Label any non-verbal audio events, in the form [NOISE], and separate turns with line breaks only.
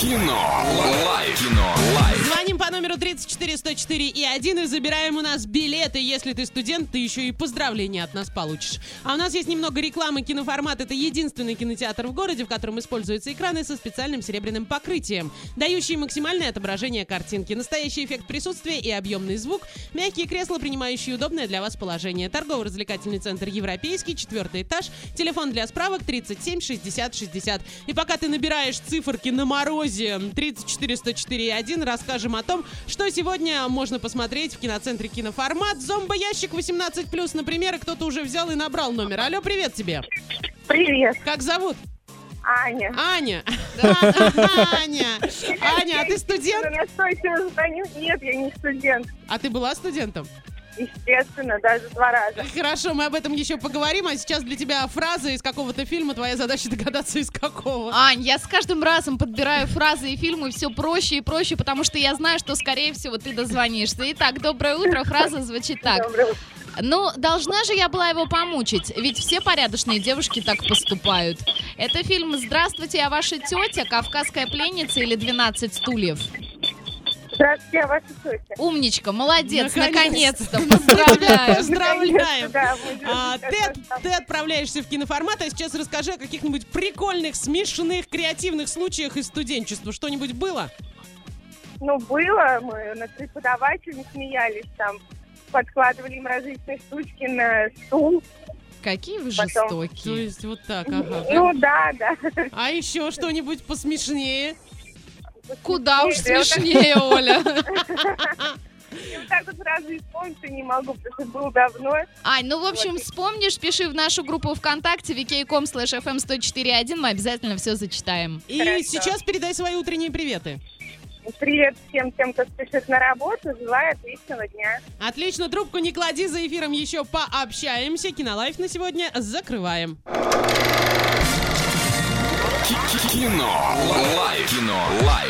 Кино. Лайф. Кино. Лайф.
Звоним по номеру 34104 и 1 и забираем у нас билеты. Если ты студент, ты еще и поздравления от нас получишь. А у нас есть немного рекламы. Киноформат — это единственный кинотеатр в городе, в котором используются экраны со специальным серебряным покрытием, дающие максимальное отображение картинки, настоящий эффект присутствия и объемный звук, мягкие кресла, принимающие удобное для вас положение. Торгово-развлекательный центр «Европейский», четвертый этаж, телефон для справок 37 60 60. И пока ты набираешь циферки на морозе 34104.1, расскажем о том, что сегодня можно посмотреть в киноцентре «Киноформат». Зомбоящик 18+, например, и кто-то уже взял и набрал номер. Алло, привет тебе.
Привет,
Как зовут?
Аня.
Аня. [LAUGHS] Аня. Аня, а ты студент?
Ну, Я настойчиво звоню. Нет, я не студент.
А ты была студентом?
Естественно, даже два раза.
Хорошо, мы об этом еще поговорим. А сейчас для тебя фраза из какого-то фильма. Твоя задача догадаться, из какого.
Ань, я с каждым разом подбираю фразы и фильмы все проще и проще, потому что я знаю, что, скорее всего, ты дозвонишься. Итак, доброе утро. Фраза звучит так.
Доброе утро.
Ну, должна же я была его помучить, ведь все порядочные девушки так поступают. Это фильм «Здравствуйте, я ваша тетя», «Кавказская пленница» или «12 стульев».
Здравствуйте, я ваша тетя. Ну,
Умничка, молодец,
Наконец.
наконец-то, поздравляю.
[LAUGHS] Поздравляем!
Да, будет
А, ты,
как-то
от-
там.
ты отправляешься в киноформат, а сейчас расскажи о каких-нибудь прикольных, смешных, креативных случаях из студенчества. Что-нибудь было?
Ну, было, мы над преподавателями смеялись там. Подкладывали им различные штучки на стул.
Какие вы
Потом.
То
жестокие.
есть вот так, ага.
Ну, да, да.
А еще что-нибудь посмешнее?
Куда уж
Я вот так-
смешнее, Оля.
я вот так вот сразу исполнить не могу, потому что было давно.
Ань, ну, в общем,
Вот.
вспомнишь, пиши в нашу группу ВКонтакте vk.com slash fm1041, мы обязательно все зачитаем.
И
Хорошо.
сейчас передай свои утренние приветы.
Привет всем тем, кто спешит на работу. Желаю отличного дня.
Отлично, трубку не клади, за эфиром еще пообщаемся. Кинолайф на сегодня закрываем.
Кино. Лайф. Кино. Лайф.